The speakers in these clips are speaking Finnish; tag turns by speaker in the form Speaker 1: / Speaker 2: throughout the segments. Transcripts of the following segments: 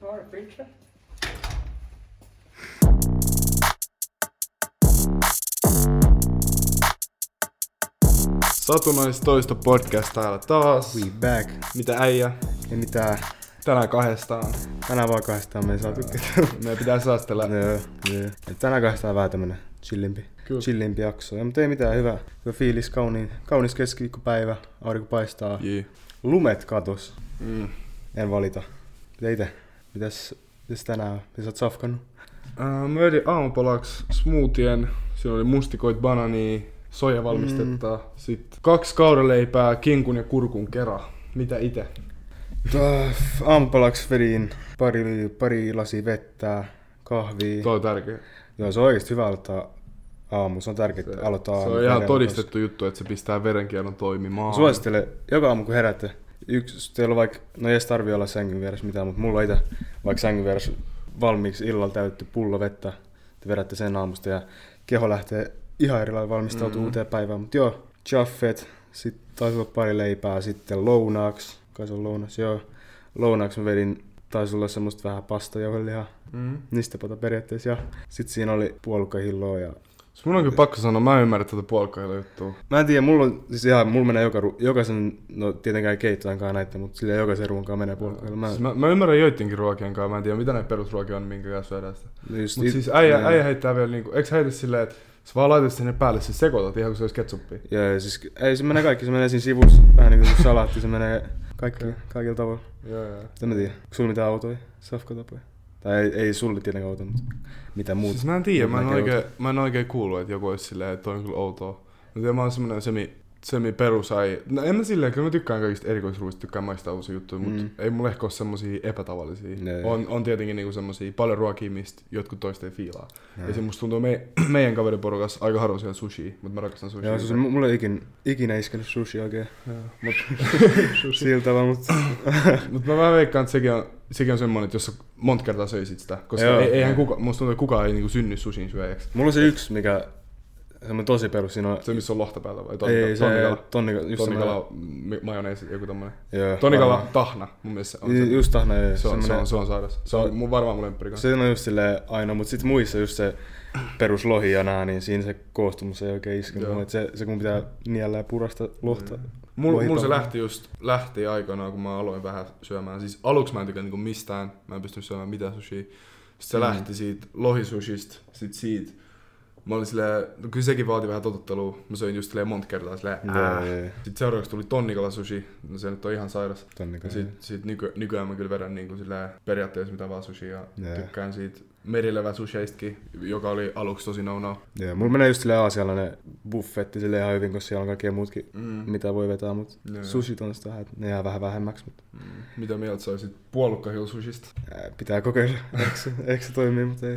Speaker 1: var preacher.
Speaker 2: Satunnaista toista podcast täällä taas.
Speaker 3: We back.
Speaker 2: Mitä äijä?
Speaker 3: Ei mitään.
Speaker 2: Tänään kahdestaan.
Speaker 3: Tänään vaan kahdestaan me ei saatu ketään.
Speaker 2: Me pitää saastella.
Speaker 3: Joo, joo. Et Tänään kahdestaan vähän tämmönen chillimpi,
Speaker 2: Kyllä.
Speaker 3: chillimpi jakso. Ja, mutta ei mitään, hyvä, hyvä fiilis, kauniin, kaunis keskiviikkopäivä, aurinko paistaa.
Speaker 2: Jee.
Speaker 3: Lumet katos.
Speaker 2: Mm.
Speaker 3: En valita. Mitä ite? Mitäs, mitäs tänään on? Mitä sä oot safkannut?
Speaker 2: Äh, mä vedin aamupalaksi smoothien. Siinä oli mustikoit, banania, soijavalmistetta. Mm. Sitten kaksi kauraleipää, kinkun ja kurkun kera. Mitä ite?
Speaker 3: Tuh, Äh, aamupalaksi vedin pari, pari lasia vettä, kahvia.
Speaker 2: Toi on tärkeä.
Speaker 3: Joo, se on oikeesti hyvä aloittaa aamu. Se on tärkeää
Speaker 2: Se,
Speaker 3: aloittaa
Speaker 2: se
Speaker 3: aamu
Speaker 2: on ihan
Speaker 3: verellä,
Speaker 2: todistettu juttu, että se pistää verenkierron toimimaan.
Speaker 3: Suosittelen joka aamu kun heräätte. Yksi, jos teillä on vaikka, no ei edes tarvii olla sängyn vieressä mitään, mutta mulla on itse vaikka sängyn vieressä valmiiksi illalla täytetty pullo vettä. Te vedätte sen aamusta ja keho lähtee ihan eri lailla valmistautumaan mm-hmm. uuteen päivään. Mutta joo, chaffet, sitten taisi olla pari leipää, sitten lounaaksi, kai se on lounas, joo. Lounaaksi mä vedin, taisi olla semmoista vähän pastajauhelihaa,
Speaker 2: Mm.
Speaker 3: nistepata periaatteessa, ja sitten siinä oli puolukahilloa ja
Speaker 2: Siis Mun on kyllä pakko sanoa, mä en ymmärrä tätä puolkailla juttua.
Speaker 3: Mä en tiedä, mulla on siis ihan, mulla menee joka, ru- jokaisen, no tietenkään ei keittoinkaan näitä, mutta sillä jokaisen ruoan kanssa menee puolella. Mä,
Speaker 2: Siis mä, mä, ymmärrän joidenkin ruokien kanssa, mä en tiedä mitä näitä perusruokia on, minkä kanssa syödään sitä.
Speaker 3: just
Speaker 2: Mut
Speaker 3: it-
Speaker 2: siis äijä,
Speaker 3: niin.
Speaker 2: äijä heittää vielä niinku, eiks heitä silleen, että sä vaan laitat sinne päälle, siis sekoitat ihan kuin se olisi ketsuppia.
Speaker 3: Joo, ja siis ei, se menee kaikki, se menee siinä sivussa, vähän niin kuin salaatti, se menee kaikki,
Speaker 2: Okei.
Speaker 3: kaikilla tavoilla.
Speaker 2: Joo, joo.
Speaker 3: En mä tiedä, onko sulla mitään autoja, safkatapoja? Tai ei, ei sulle tietenkään auto, mutta mitä muuta.
Speaker 2: Siis mä en tiedä, mä en,
Speaker 3: Näkee
Speaker 2: oikein, mä en oikein kuullut, että joku olisi silleen, että toi on kyllä outoa. Mä tiedän, mä oon semmonen semi, semi perusäi. No en mä silleen, kyllä mä tykkään kaikista erikoisruuista, tykkään maistaa uusia juttuja, mutta
Speaker 3: Mm.
Speaker 2: ei mulla ehkä ole semmosia epätavallisia.
Speaker 3: Ne.
Speaker 2: On, on tietenkin niinku semmosia paljon ruokia, mistä jotkut toista ei fiilaa.
Speaker 3: Joo.
Speaker 2: Ja se musta tuntuu me, meidän kaveriporukassa aika harvoin siellä sushi, mutta mä rakastan sushi.
Speaker 3: Joo, siis mulla ei ikin, ikinä iskenyt sushi oikein
Speaker 2: Mut,
Speaker 3: sillä tavalla, mutta
Speaker 2: Mutta mä vähän veikkaan, että sekin on, sekin on semmoinen, että jos sä monta kertaa söisit sitä, koska
Speaker 3: Joo.
Speaker 2: ei, eihän kuka, musta tuntuu, että kukaan ei niinku synny sushin syöjäksi.
Speaker 3: mulla on se yksi, mikä semmoinen tosi perus, siinä on,
Speaker 2: Se, missä on lohta päällä vai
Speaker 3: ei,
Speaker 2: tonnikala?
Speaker 3: ei, se
Speaker 2: tonnikala.
Speaker 3: tonnikala, just
Speaker 2: Tonnikala mi- majoneesi, joku tommonen.
Speaker 3: semmoinen, joo,
Speaker 2: Tonnikala
Speaker 3: varmaan.
Speaker 2: tahna, mun mielestä se on
Speaker 3: Ju-
Speaker 2: se.
Speaker 3: Just tahna, joo,
Speaker 2: se, on, se,
Speaker 3: semmoinen-
Speaker 2: on, se on sairas. Se on mun varmaan mun lemppari kanssa.
Speaker 3: Se on just silleen aina, mutta sitten muissa just se peruslohi ja nää, niin siinä se koostumus ei oikein iske.
Speaker 2: Joo.
Speaker 3: Mulle, et se, se kun pitää niellä ja purasta lohta. Mm.
Speaker 2: Mulla mul se lähti just lähti aikanaan, kun mä aloin vähän syömään. Siis aluksi mä en tykännyt niinku mistään, mä en pystynyt syömään mitään sushia. Sitten se mm.
Speaker 3: Mm.
Speaker 2: lähti siitä lohisushista, sit siitä. Mä olin silleen, no kyllä sekin vaati vähän totuttelua. Mä söin just silleen monta kertaa
Speaker 3: Niin
Speaker 2: silleen, "Äh, ää. Sitten seuraavaksi tuli tonnikala sushi, no se nyt on ihan sairas. Ja
Speaker 3: Tonnikala.
Speaker 2: sit, sit nyky, nykyään mä kyllä vedän niinku silleen periaatteessa mitä vaan sushia. Ja
Speaker 3: Jee.
Speaker 2: tykkään siitä merilevä susheistakin, joka oli aluksi tosi no no.
Speaker 3: Joo, mulla menee just silleen aasialainen buffetti silleen ihan hyvin, koska siellä on kaikkea muutkin,
Speaker 2: Mm.
Speaker 3: mitä voi vetää, mutta
Speaker 2: Joo.
Speaker 3: sushit on sitä, että ne jää vähän vähemmäksi, mutta
Speaker 2: Mm. Mitä mieltä sä olisit puolukkahiusushista?
Speaker 3: ää, pitää kokeilla. Eikö se, eikö se toimii, mutta ei.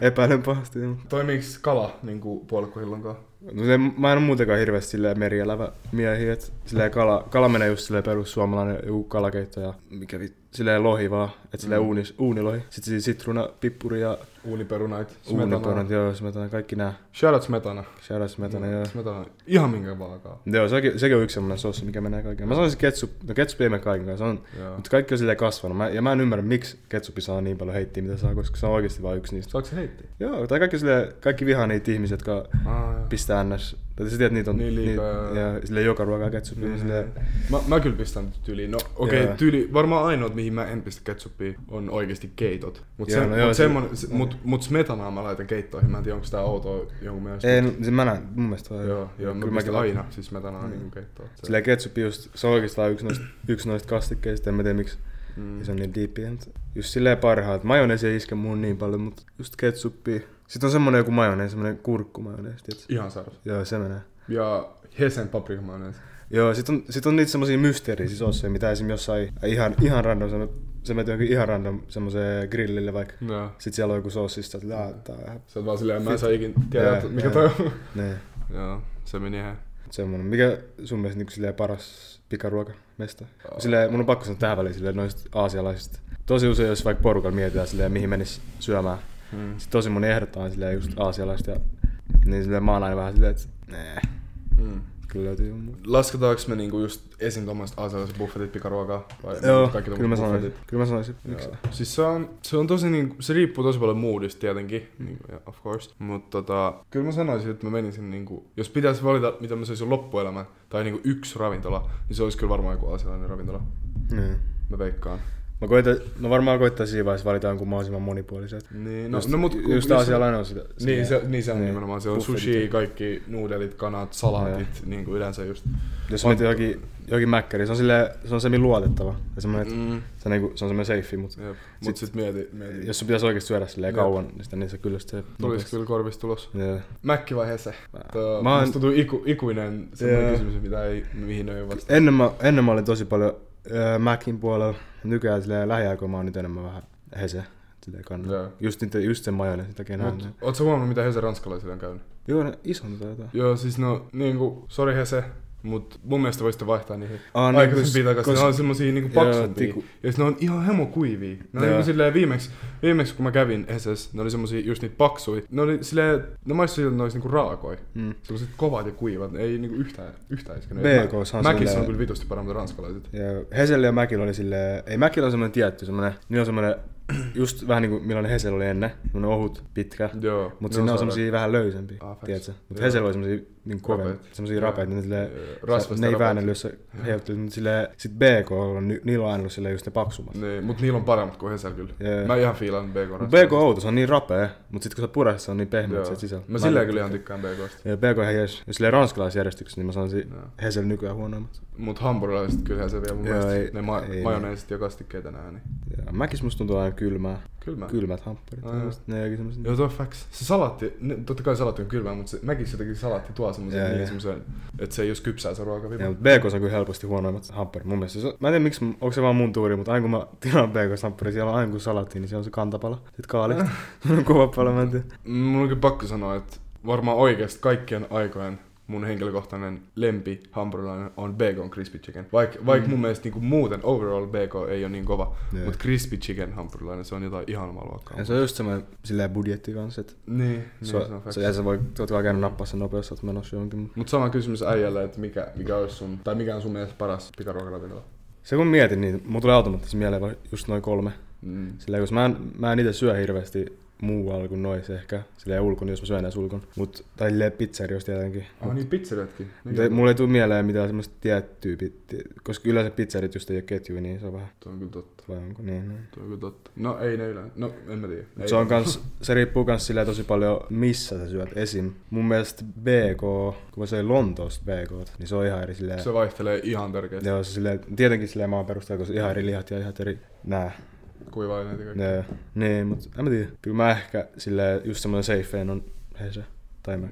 Speaker 3: Epäilen pahasti. Mutta.
Speaker 2: Toimiiks kala niinku puolukkohillon kanssa?
Speaker 3: No se, mä en ole muutenkaan hirveästi silleen merielävä miehiä, et silleen kala, kala menee just silleen perus suomalainen joku kalakeitto ja mikä vit, silleen lohi vaan, et silleen
Speaker 2: Mm.
Speaker 3: mm. uunis, uunilohi. Sitten siis sitruuna, pippuri ja
Speaker 2: Uuniperunait.
Speaker 3: uunipornat, joo, smetana, kaikki nää.
Speaker 2: Shoutout Smetana. Mm,
Speaker 3: Shoutouts smetana, joo.
Speaker 2: Smetana. Ihan minkä vaakaa.
Speaker 3: Joo, sekin, sekin on yksi semmonen sossi, mikä menee kaiken. Mä sanoisin ketsup, no ketsup ei mene kaiken kanssa, on,
Speaker 2: Joo.
Speaker 3: mutta kaikki on silleen kasvanut. Mä, ja mä en ymmärrä, miksi ketsupi saa niin paljon heittiä, mitä saa, koska se on oikeasti vain yksi niistä.
Speaker 2: Saaks se heitti?
Speaker 3: Joo, tai kaikki, silleen, kaikki vihaa niitä ihmisiä, jotka
Speaker 2: Ah, joo.
Speaker 3: pistää ns. Tai sä tiedät, niitä on
Speaker 2: Niin liikaa,
Speaker 3: niitä-
Speaker 2: joo.
Speaker 3: ja sille joka ruokaa ketsuppia.
Speaker 2: Mm.
Speaker 3: Mm. Sille,
Speaker 2: Mä, mä kyllä pistän tyyliin. No okei, okay,
Speaker 3: Joo.
Speaker 2: tyyli, varmaan ainoat mihin mä en pistä ketsuppia on oikeesti keitot. Mut,
Speaker 3: Joo,
Speaker 2: sen,
Speaker 3: no
Speaker 2: no
Speaker 3: joo,
Speaker 2: mut,
Speaker 3: se-
Speaker 2: semmon, se, mut, mut smetanaa mä laitan keittoihin. Mä en tiedä onko tää outoa jonkun mielestä.
Speaker 3: ei, no, siis mä näen, mun mielestä toi.
Speaker 2: Joo, joo, mä
Speaker 3: kyllä
Speaker 2: pistän
Speaker 3: mäkin
Speaker 2: aina siis smetanaa
Speaker 3: Mm.
Speaker 2: niinku keittoon. Se-
Speaker 3: Sille ketsuppi just, se on oikeastaan yksi noista, yksi noista kastikkeista, en mä tiedä miksi
Speaker 2: mm.
Speaker 3: mm. se on niin diippiä. mutta Just silleen parhaat. Majoneesi ei iske muun niin paljon, mutta just ketsuppi. Sitten on semmonen joku majoneesi, semmonen kurkkumajoneesi, tiiätkö?
Speaker 2: Ihan sairas.
Speaker 3: Joo, se menee.
Speaker 2: Ja Hesen paprikamajoneesi.
Speaker 3: Joo, sit on, sit on niitä semmosia mysteerisiä sosseja, mitä esim. jossain ihan, ihan random, se, se menet johonkin ihan random semmoseen grillille vaikka.
Speaker 2: Joo.
Speaker 3: Sitten siellä on joku sossi, että "Aa, tää on vähän
Speaker 2: Sä oot vaan silleen, mä en saa ikin tiedä,
Speaker 3: Joo,
Speaker 2: että mikä
Speaker 3: joo.
Speaker 2: toi on.
Speaker 3: Nee.
Speaker 2: Joo, se meni ihan.
Speaker 3: Semmoinen. Mikä sun mielestä niinku silleen paras pikaruoka mesta? Silleen, mun on pakko sanoa tähän väliin silleen noista aasialaisista. Tosi usein, jos vaikka porukalla mietitään silleen, mihin menis syömään.
Speaker 2: Mm.
Speaker 3: Sitten tosi moni ehdottaa silleen just aasialaista ja niin silleen mä oon aina vähän silleen, että nee.
Speaker 2: Mm.
Speaker 3: Kyllä löytyy jonkun muu.
Speaker 2: Lasketaanko me niinku just esim. tuommoiset aasialaiset buffetit, pikaruokaa? Vai
Speaker 3: Joo,
Speaker 2: kaikki
Speaker 3: kyllä mä
Speaker 2: tommoset
Speaker 3: sanoisin.
Speaker 2: buffetit?
Speaker 3: Kyllä mä sanoisin. Miksi?
Speaker 2: Joo. Siis se on, se on tosi niinku, se riippuu tosi paljon moodista tietenkin,
Speaker 3: Mm.
Speaker 2: niinku, ja of course. Mutta tota, kyllä mä sanoisin, että mä menisin niinku, jos pitäisi valita, mitä mä söisin loppuelämän, tai niinku yksi ravintola, niin se olisi kyllä varmaan joku aasialainen ravintola.
Speaker 3: Niin.
Speaker 2: Mä veikkaan.
Speaker 3: Mä, koitan, mä varmaan koittaisin siinä vaiheessa valita jonkun mahdollisimman monipuoliset.
Speaker 2: Niin,
Speaker 3: No,
Speaker 2: no,
Speaker 3: just,
Speaker 2: no mut, kun-
Speaker 3: just
Speaker 2: jos-
Speaker 3: aasialainen on sitä.
Speaker 2: Niin se, niin se on
Speaker 3: Niin.
Speaker 2: niin. nimenomaan, se on
Speaker 3: Buffetit
Speaker 2: sushi,
Speaker 3: ja-
Speaker 2: kaikki nuudelit, kanat, salaatit, niin kuin yleensä just.
Speaker 3: Jos menet johonkin, johonkin mäkkäriin, se on, silleen, se on semmin luotettava. Ja semmoinen, mm.
Speaker 2: Mm,
Speaker 3: se, on niinku, se on semmoinen safe, mutta
Speaker 2: jep. Mut sit mieti, mieti.
Speaker 3: jos sun pitäisi oikeasti syödä silleen
Speaker 2: Jep.
Speaker 3: kauan, niin, sitä, niin se kyllä se...
Speaker 2: Tulis kyllä korvista tulos.
Speaker 3: Joo.
Speaker 2: Mäkki vai Hese? Tää,
Speaker 3: Mä
Speaker 2: mä
Speaker 3: oon-
Speaker 2: oon... tuntuu iku, ikuinen
Speaker 3: Joo.
Speaker 2: semmoinen kysymys, mitä ei, mihin ei ole vasta.
Speaker 3: Ennen mä, ennen mä olin tosi paljon öö, Macin puolella, nykyään silleen lähiaikoina mä oon nyt enemmän vähän hese. Silleen kannattaa.
Speaker 2: Joo.
Speaker 3: Just, niitä, just sen majoneesin takia näin.
Speaker 2: Mut oot sä huomannut, mitä Hese ranskalaisille on käynyt?
Speaker 3: Joo, ne isontaa jotain.
Speaker 2: Joo, siis no, niinku, sori Hese, mut mun mielestä voisitte vaihtaa niihin
Speaker 3: Aa, niin,
Speaker 2: aikaisempiin
Speaker 3: kos-
Speaker 2: takaisin.
Speaker 3: kos-
Speaker 2: Ne on semmosia niinku
Speaker 3: Joo,
Speaker 2: paksumpia.
Speaker 3: tiku-
Speaker 2: Ja sit ne on ihan hemokuivia. Ne on
Speaker 3: Joo.
Speaker 2: niinku silleen viimeksi, viimeksi kun mä kävin Heses, ne oli semmosia just niitä paksuja. Ne oli silleen, ne maistui siltä, että ne olis niinku raakoi.
Speaker 3: Mm.
Speaker 2: Sellaiset kovat ja kuivat, ne ei niinku yhtään, yhtään iskenyt.
Speaker 3: BK:ssa on
Speaker 2: Mä- Mäkissä
Speaker 3: silleen-
Speaker 2: Niin, on kyllä vitusti paremmat ranskalaiset.
Speaker 3: Ja Hesel ja Mäkillä oli silleen, ei Mäkillä on semmoinen tietty, semmoinen, niillä on semmoinen, just vähän niin kuin millainen Hesel oli ennen, semmoinen ohut, pitkä.
Speaker 2: Joo. ne
Speaker 3: Mutta sinne on
Speaker 2: sairaat.
Speaker 3: semmoisia vähän löysempiä,
Speaker 2: Ah, facts.
Speaker 3: tiedätkö? Mutta
Speaker 2: Joo.
Speaker 3: Hesel oli semmoisia niin kovempia,
Speaker 2: Rapeet.
Speaker 3: semmoisia rapeita, niin silleen,
Speaker 2: Joo, joo.
Speaker 3: sä-
Speaker 2: Rasvasta
Speaker 3: ne ei
Speaker 2: rapeet.
Speaker 3: väännellyt, jos se heilutti, mutta silleen, sit BK on, ni- niillä on aina ollut silleen just ne paksummat.
Speaker 2: Niin, mut niillä on paremmat kuin Hesel kyllä.
Speaker 3: Jee.
Speaker 2: Mä ihan fiilan BK
Speaker 3: Mut BK outo, se on niin rapea, mutta sitten kun sä purehdit, se on niin pehmeä,
Speaker 2: Joo.
Speaker 3: että se sisällä.
Speaker 2: Mä silleen kyllä ihan tykkään BKsta.
Speaker 3: Ja BK ihan jees. Jos silleen ranskalaisjärjestyksessä, niin mä sanoisin
Speaker 2: Joo.
Speaker 3: Hesel nykyään huonommat.
Speaker 2: Mut hampurilaiset kyllähän se vielä mun
Speaker 3: Joo,
Speaker 2: mielestä.
Speaker 3: ei-
Speaker 2: ne ma-
Speaker 3: ei
Speaker 2: majoneesit ja kastikkeet enää, niin
Speaker 3: Ja Mäkis musta tuntuu aina kylmää.
Speaker 2: kylmää.
Speaker 3: Kylmät hampparit.
Speaker 2: Ai joo.
Speaker 3: Ne jokin semmoset.
Speaker 2: Joo, tuo facts. Se salaatti, ne, totta kai salaatti on kylmää, mutta se, mäkin se teki salaatti tuo semmoisen,
Speaker 3: Jee,
Speaker 2: yeah,
Speaker 3: jee.
Speaker 2: yeah. semmoisen, että se ei jos kypsää se ruokavipa.
Speaker 3: Ja, mutta BK on kyllä helposti huonoimmat hampparit mun mielestä. Se, on- mä en tiedä miksi, onko se vaan mun tuuri, mutta aina kun mä tilaan BK hampparia, siellä on aina kun salatti, niin se on se kantapala. Sitten kaalista. Mun on kova pala, mä en tiedä.
Speaker 2: Mm, Mun onkin pakko sanoa, että varmaan oikeasti kaikkien aikojen mun henkilökohtainen lempi hampurilainen on bacon crispy chicken. Vaikka vaik
Speaker 3: Mm.
Speaker 2: mun mielestä niinku muuten overall bacon ei ole niin kova,
Speaker 3: Joo.
Speaker 2: mutta crispy chicken hampurilainen se on jotain ihan omaa luokkaa.
Speaker 3: Ja se on just semmoinen silleen budjetti kanssa, että
Speaker 2: Niin, niin se,
Speaker 3: sua-
Speaker 2: on
Speaker 3: sä- ja
Speaker 2: se
Speaker 3: sä voi totta kai käydä nappaa sen nopeasti, että menossa johonkin. mut-
Speaker 2: Mutta sama kysymys äijälle, että mikä, mikä olisi sun, tai mikä on sun mielestä paras pikaruokaravintola?
Speaker 3: Se kun mietin, niin mulla tulee automaattisesti mieleen vaan just noin kolme.
Speaker 2: Mm.
Speaker 3: Silleen, kun mä en, mä en itse syö hirveästi muualla kuin nois ehkä. Silleen ulkon, jos mä syön edes ulkon. Mut, tai silleen pizzeriossa tietenkin.
Speaker 2: Ah niin, pizzeriatkin.
Speaker 3: Mutta ei- mulla ei tule mieleen mitään semmoista tiettyä, pit- ti- koska yleensä pizzerit just ei ole ketjuja, niin se on vähän,
Speaker 2: Tuo on kyllä totta.
Speaker 3: vai onko niin. niin.
Speaker 2: Tuo on kyllä totta. No ei ne yleensä. No en mä tiedä.
Speaker 3: Mut
Speaker 2: Ei.
Speaker 3: Se, on kans, se riippuu myös silleen tosi paljon, missä sä syöt esim. Mun mielestä BK, kun mä söin Lontoosta BK, niin se on ihan eri silleen.
Speaker 2: Se vaihtelee ihan törkeästi.
Speaker 3: Joo, se silleen, tietenkin silleen maan perusteella, koska ihan eri lihat ja ihan eri nää.
Speaker 2: Kuivaa näitä kaikki.
Speaker 3: Ne, niin, mutta en mä tiedä. Kyllä mä ehkä silleen just semmoinen safeen on Hese tai mä.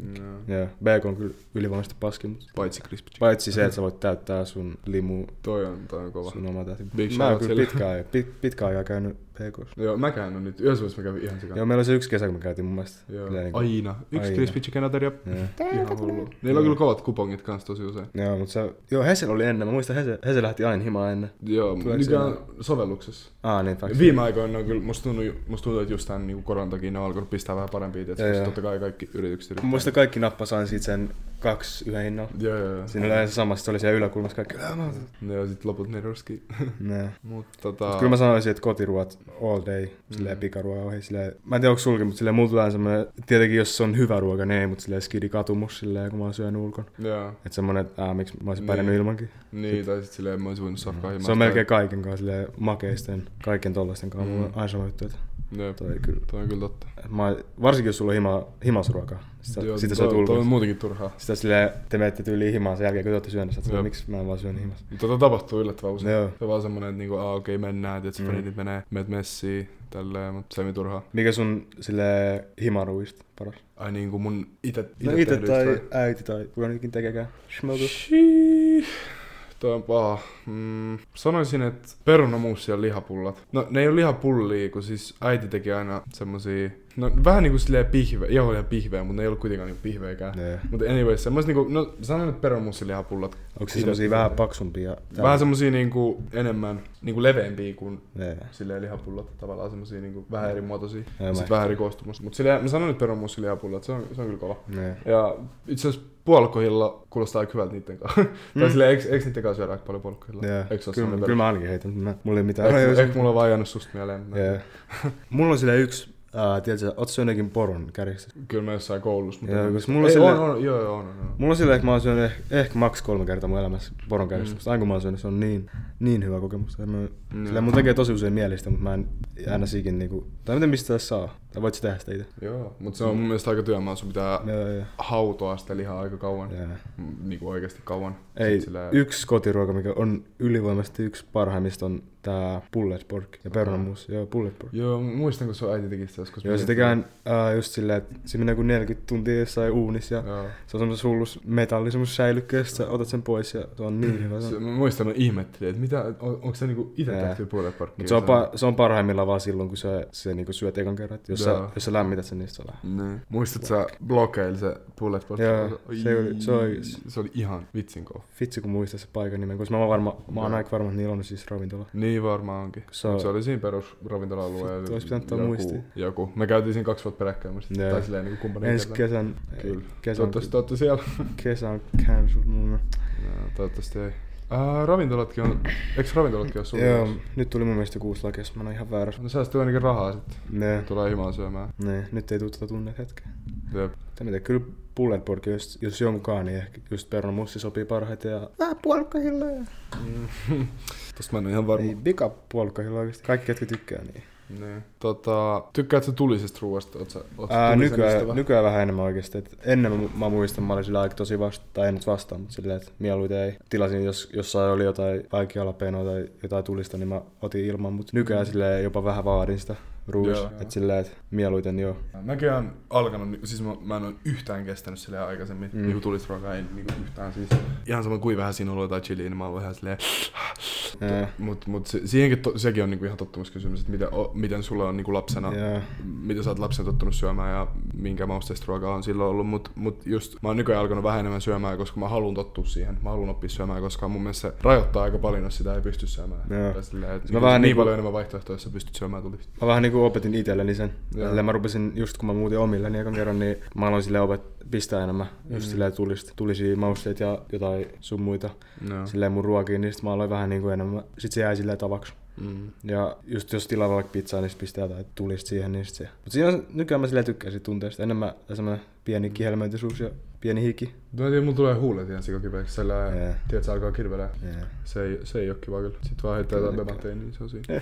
Speaker 2: Joo.
Speaker 3: Joo, BK on kyllä ylivoimaisesti paskin, mutta
Speaker 2: Paitsi crispy chicken.
Speaker 3: paitsi se, että sä voit täyttää sun limu,
Speaker 2: Toi on, toi on kova.
Speaker 3: sun oma tähti.
Speaker 2: Big
Speaker 3: Mä oon
Speaker 2: shout
Speaker 3: kyllä
Speaker 2: sille.
Speaker 3: pitkään aikaa, pit, pitkään aikaa käynyt PKs.
Speaker 2: Joo, mäkään on nyt. Yhdessä vuodessa mä kävin ihan
Speaker 3: Joo,
Speaker 2: sikana.
Speaker 3: meillä oli se yksi kesä, kun me käytiin mun mielestä.
Speaker 2: Joo.
Speaker 3: Silleen niinku-
Speaker 2: Aina. Yksi
Speaker 3: Aina.
Speaker 2: crispy chicken ateria.
Speaker 3: Joo.
Speaker 2: Ihan hullu. Niillä on kyllä kovat kupongit kans tosi usein.
Speaker 3: Joo, mutta se, joo, Hesel oli ennen. Mä muistan, Hesel, Hesel lähti aina himaan ennen.
Speaker 2: Joo,
Speaker 3: Tuleeko
Speaker 2: nykyään sovelluksessa.
Speaker 3: Ah, niin, fact.
Speaker 2: Viime aikoina ne on kyllä, musta tuntuu, musta tuntuu että just tämän niin koronan takia ne on alkanut pistää vähän parempia,
Speaker 3: Joo,
Speaker 2: tietysti, koska
Speaker 3: joo.
Speaker 2: totta kai kaikki yritykset
Speaker 3: Mä
Speaker 2: yrittää.
Speaker 3: muistan, kaikki nappas aina siitä sen kaksi yhden hinnalla.
Speaker 2: Joo, joo, joo.
Speaker 3: Siinä oli aina se sama, sit se oli siellä yläkulmassa kaikki. "Ää, mä otan."
Speaker 2: No joo, sit loput ne roski.
Speaker 3: Nee.
Speaker 2: Mut tota...
Speaker 3: Kyllä mä sanoisin, että kotiruot all day, silleen mm. pikaruoka ohi. Silleen, mä en tiedä, onko sulki, mutta silleen mulla tulee semmoinen, tietenkin jos se on hyvä ruoka, niin ei, mutta silleen skidi katumus silleen, kun mä oon syönyt ulkon.
Speaker 2: Joo,
Speaker 3: Että semmoinen, että ää, miksi mä olisin
Speaker 2: Niin.
Speaker 3: pärjännyt ilmankin.
Speaker 2: niin, tai sit silleen mä oisin voinut saada kahimasta.
Speaker 3: Mm. se on melkein kaiken kanssa, silleen makeisten, kaiken tollaisten kanssa. Mm. Mulla on aina sama juttu, että
Speaker 2: Joo,
Speaker 3: toi kyllä.
Speaker 2: toi on kyllä totta.
Speaker 3: Mä, varsinkin jos sulla on hima, himasruokaa, sitä,
Speaker 2: Joo,
Speaker 3: sitä
Speaker 2: toi-
Speaker 3: syöt
Speaker 2: Toi
Speaker 3: ulkona.
Speaker 2: on muutenkin turhaa.
Speaker 3: Sitä silleen, te menette tyyliin himaan sen jälkeen, kun te olette syöneet. Sä oot
Speaker 2: Joo.
Speaker 3: miksi mä en vaan syön himassa.
Speaker 2: Mutta Tota tapahtuu yllättävän usein.
Speaker 3: Joo.
Speaker 2: Se on vaan semmonen, että niinku, aa okei okay, mennään, tiedät,
Speaker 3: Mm.
Speaker 2: mm. frendit menee, meet messiin, tälleen, mutta se ei turhaa.
Speaker 3: Mikä sun sille himaruista paras?
Speaker 2: Ai niinku mun ite,
Speaker 3: No itse
Speaker 2: tehdyistä
Speaker 3: No tai
Speaker 2: vai?
Speaker 3: äiti tai kuka nytkin tekekään. Schmogu.
Speaker 2: Shii. Toi on paha. Mm, sanoisin, että perunamuusi ja lihapullat. No ne ei ole lihapullia, kun siis äiti teki aina semmosia No vähän niinku silleen pihve, joo ihan pihveä, mutta ne ei ollut kuitenkaan niinku pihveäkään.
Speaker 3: Ne.
Speaker 2: Mutta anyways, semmoiset niinku, no sanon nyt perunmussilihapullot.
Speaker 3: Onko se
Speaker 2: Itse-
Speaker 3: semmosia vähän paksumpia? ja-
Speaker 2: Vähän semmosia niinku enemmän, niinku leveämpiä kuin
Speaker 3: Ne.
Speaker 2: silleen lihapullot tavallaan semmosia niinku vähän eri muotoisia.
Speaker 3: Joo,
Speaker 2: Ja
Speaker 3: mä-
Speaker 2: sit vähän eri koostumusta. Mut silleen, mä sanon nyt perunmussilihapullot, se on, se on kyllä kova.
Speaker 3: Ne.
Speaker 2: Ja itse asiassa puolkohilla kuulostaa aika hyvältä niitten kanssa. Mm.
Speaker 3: Mm.
Speaker 2: tai silleen, eiks, eiks niitten kanssa syödä aika paljon puolkohilla?
Speaker 3: Joo.
Speaker 2: Eikö se ole
Speaker 3: Kyllä,
Speaker 2: semmonen
Speaker 3: kyllä mä ainakin heitän. Mä, mulla ei mitään
Speaker 2: Ehkä,
Speaker 3: rajoja.
Speaker 2: ehkä mulla on vaan jäänyt susta mieleen. mutta-
Speaker 3: Joo. Mulla on sille yksi, äh, tiedätkö, oot syönyt jokin poron kärjessä?
Speaker 2: Kyllä mä jossain koulussa. Mutta
Speaker 3: Joo, koska mulla
Speaker 2: ei,
Speaker 3: sille-
Speaker 2: on, on, joo, joo, on, on, on.
Speaker 3: Mulla on silleen, että mä oon syönyt eh- ehkä maks kolme kertaa mun elämässä poron kärjessä,
Speaker 2: Mm.
Speaker 3: koska aina kun mä oon syönyt, se on niin, niin hyvä kokemus. Mä,
Speaker 2: Mm.
Speaker 3: silleen, mun tekee tosi usein mielistä, mutta mä en aina sikin niinku, tai miten mistä tässä saa, tai voit sä tehdä sitä itse.
Speaker 2: Joo, mutta se on mun mielestä aika työmaa, sun pitää
Speaker 3: Joo, joo,
Speaker 2: hautoa sitä lihaa aika kauan.
Speaker 3: joo.
Speaker 2: Mm, Niinku oikeasti kauan.
Speaker 3: Ei,
Speaker 2: Sit sillä-
Speaker 3: yksi kotiruoka, mikä on ylivoimaisesti yksi parhaimmista, on tää pulled pork ja perunamuus. Joo, pulled pork.
Speaker 2: Joo, mä muistan kun sun äiti teki sitä joskus.
Speaker 3: Joo, se tekee äh, just silleen, että se menee kuin 40 tuntia jossain uunissa ja
Speaker 2: Joo.
Speaker 3: se on semmosessa hullus metalli, semmosessa säilykkeessä, sä otat sen pois ja se on niin hyvä. Se
Speaker 2: Se,
Speaker 3: on,
Speaker 2: mä muistan, mä ihmettelin, että mitä, on, onko se niinku ite
Speaker 3: Joo.
Speaker 2: tehty puoleparkki?
Speaker 3: Mut se, on pa- se on parhaimmillaan vaan silloin, kun sä se niinku syöt ekan kerran. Et Jos, sä,
Speaker 2: Joo.
Speaker 3: jos sä lämmität sen, niin sit se lähtee.
Speaker 2: Niin. Muistat sä blogeilla se bullet pork?
Speaker 3: Joo,
Speaker 2: Oi,
Speaker 3: se oli- se oli-
Speaker 2: se oli ihan vitsin kova.
Speaker 3: Vitsi, kun muistaa se paikan nimen, koska mä, oon varma, mä oon
Speaker 2: Joo.
Speaker 3: aika varma, että niillä on siis ravintola.
Speaker 2: Niin varmaan onkin.
Speaker 3: Se
Speaker 2: Se,
Speaker 3: on-
Speaker 2: se oli siinä perus ravintola-alueella.
Speaker 3: Vittu, olisi pitänyt ottaa
Speaker 2: joku-
Speaker 3: muistiin.
Speaker 2: Joku. Me käytiin siinä kaksi vuotta peräkkäin muista.
Speaker 3: Joo.
Speaker 2: Tai silleen niin kumpanin
Speaker 3: Ensi
Speaker 2: kertaa.
Speaker 3: kesän,
Speaker 2: Kyllä.
Speaker 3: kesän,
Speaker 2: Toivottavasti te olette siellä.
Speaker 3: kesän cancel mun
Speaker 2: No, toivottavasti ei. Ää, ravintolatkin on, eikö ravintolatkin ole
Speaker 3: Joo,
Speaker 2: suljettu?
Speaker 3: nyt tuli mun mielestä kuusi lakia, jos mä oon ihan väärässä.
Speaker 2: No säästyy ainakin rahaa sitten.
Speaker 3: Ne,
Speaker 2: Tulee himaan syömään.
Speaker 3: ne, nyt ei tule tätä tunne hetkeen.
Speaker 2: Jep.
Speaker 3: Tai mitä, kyllä pulled pork, jos, jos jonkunkaan, niin ehkä just perunamussi sopii parhaiten ja vähän puolukahilla ja...
Speaker 2: Mm. Tosta mä en ole ihan varma.
Speaker 3: Ei, Niin, vika puolukahilla oikeesti. Kaikki, ketkä tykkää, niin.
Speaker 2: Niin. Tota, tykkäätkö sä tulisesta ruoasta? Oot sä, oot sä
Speaker 3: Ää,
Speaker 2: tulisen
Speaker 3: nykyään,
Speaker 2: ystävä?
Speaker 3: nykyään vähän enemmän oikeasti. Et ennen mä, mä muistan, mä olin sillä aika tosi vastaan, tai en nyt vastaan, mutta silleen, että mieluiten ei. Tilasin, jos jossain oli jotain vaikealapenoa tai jotain tulista, niin mä otin ilman, mutta nykyään silleen jopa vähän vaadin sitä ruuissa.
Speaker 2: Joo.
Speaker 3: Että silleen, että mieluiten joo.
Speaker 2: Mäkin oon alkanut, niinku- siis mä, mä en ole yhtään kestänyt silleen aikaisemmin,
Speaker 3: Mm.
Speaker 2: mm. niinku tulisi ruokaa, ei niinku yhtään siis. Ihan sama kuin vähän siinä on ollut jotain chiliä, niin mä oon vähän silleen,
Speaker 3: Ää,
Speaker 2: mut, mut se, siihenkin to, sekin on niinku ihan tottumuskysymys, että miten, o, miten sulla on niinku lapsena, yeah.
Speaker 3: joo.
Speaker 2: mitä sä oot lapsena tottunut syömään ja minkä mausteista ruokaa on silloin ollut, mut, mut just mä oon nykyään alkanut vähän enemmän syömään, koska mä haluan tottua siihen, mä haluan oppia syömään, koska mun mielestä se rajoittaa aika paljon, jos sitä ei pysty syömään.
Speaker 3: Joo.
Speaker 2: Tai Silleen, että
Speaker 3: Mä
Speaker 2: mä
Speaker 3: vähän
Speaker 2: vähän niin
Speaker 3: niinku-
Speaker 2: paljon enemmän vaihtoehtoja, jos sä pystyt syömään tulista.
Speaker 3: Mä vähän niinku opetin itselleni sen.
Speaker 2: Joo.
Speaker 3: Joo. Mä rupesin, just kun mä muutin omille niin ekan kerran, niin mä aloin sille opet pistää enemmän. Just
Speaker 2: Mm.
Speaker 3: silleen tulista, tulisia mausteita ja jotain sun muita
Speaker 2: No.
Speaker 3: silleen mun ruokiin, niin sit mä aloin vähän niinku enemmän. Sit se jäi silleen tavaksi.
Speaker 2: Mm.
Speaker 3: Ja just jos tilaa vaikka pizzaa, niin sit pistää jotain tulista siihen, niin sit se. Mut siinä on, nykyään mä silleen tykkään siitä tunteesta. Enemmän semmonen pieni kihelmöintisuus ja pieni hiki.
Speaker 2: Mä en tiedä, mulla No tulee huulet ihan sikakipeeksi, sellainen,
Speaker 3: Jee.
Speaker 2: yeah. tiedät, sä alkaa kirvelee.
Speaker 3: Yeah.
Speaker 2: Se ei, se ei ole kiva kyllä. Sitten vaan heittää jotain
Speaker 3: Kyllä.
Speaker 2: bebatteja, niin se on siinä.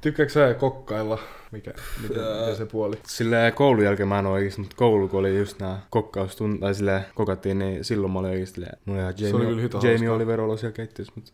Speaker 2: Tykkääks sä kokkailla? Mikä, mikä, mikä se puoli?
Speaker 3: Silleen koulun jälkeen mä en oo oikeesti, mut koulu kun oli just nää kokkaustunnit, tai silleen kokattiin, niin silloin mä olin oikeesti silleen, mulla ja
Speaker 2: Se oli kyllä
Speaker 3: Jamie,
Speaker 2: hito
Speaker 3: Jamie
Speaker 2: hauskaa.
Speaker 3: Oliver oli siellä keittiössä, mut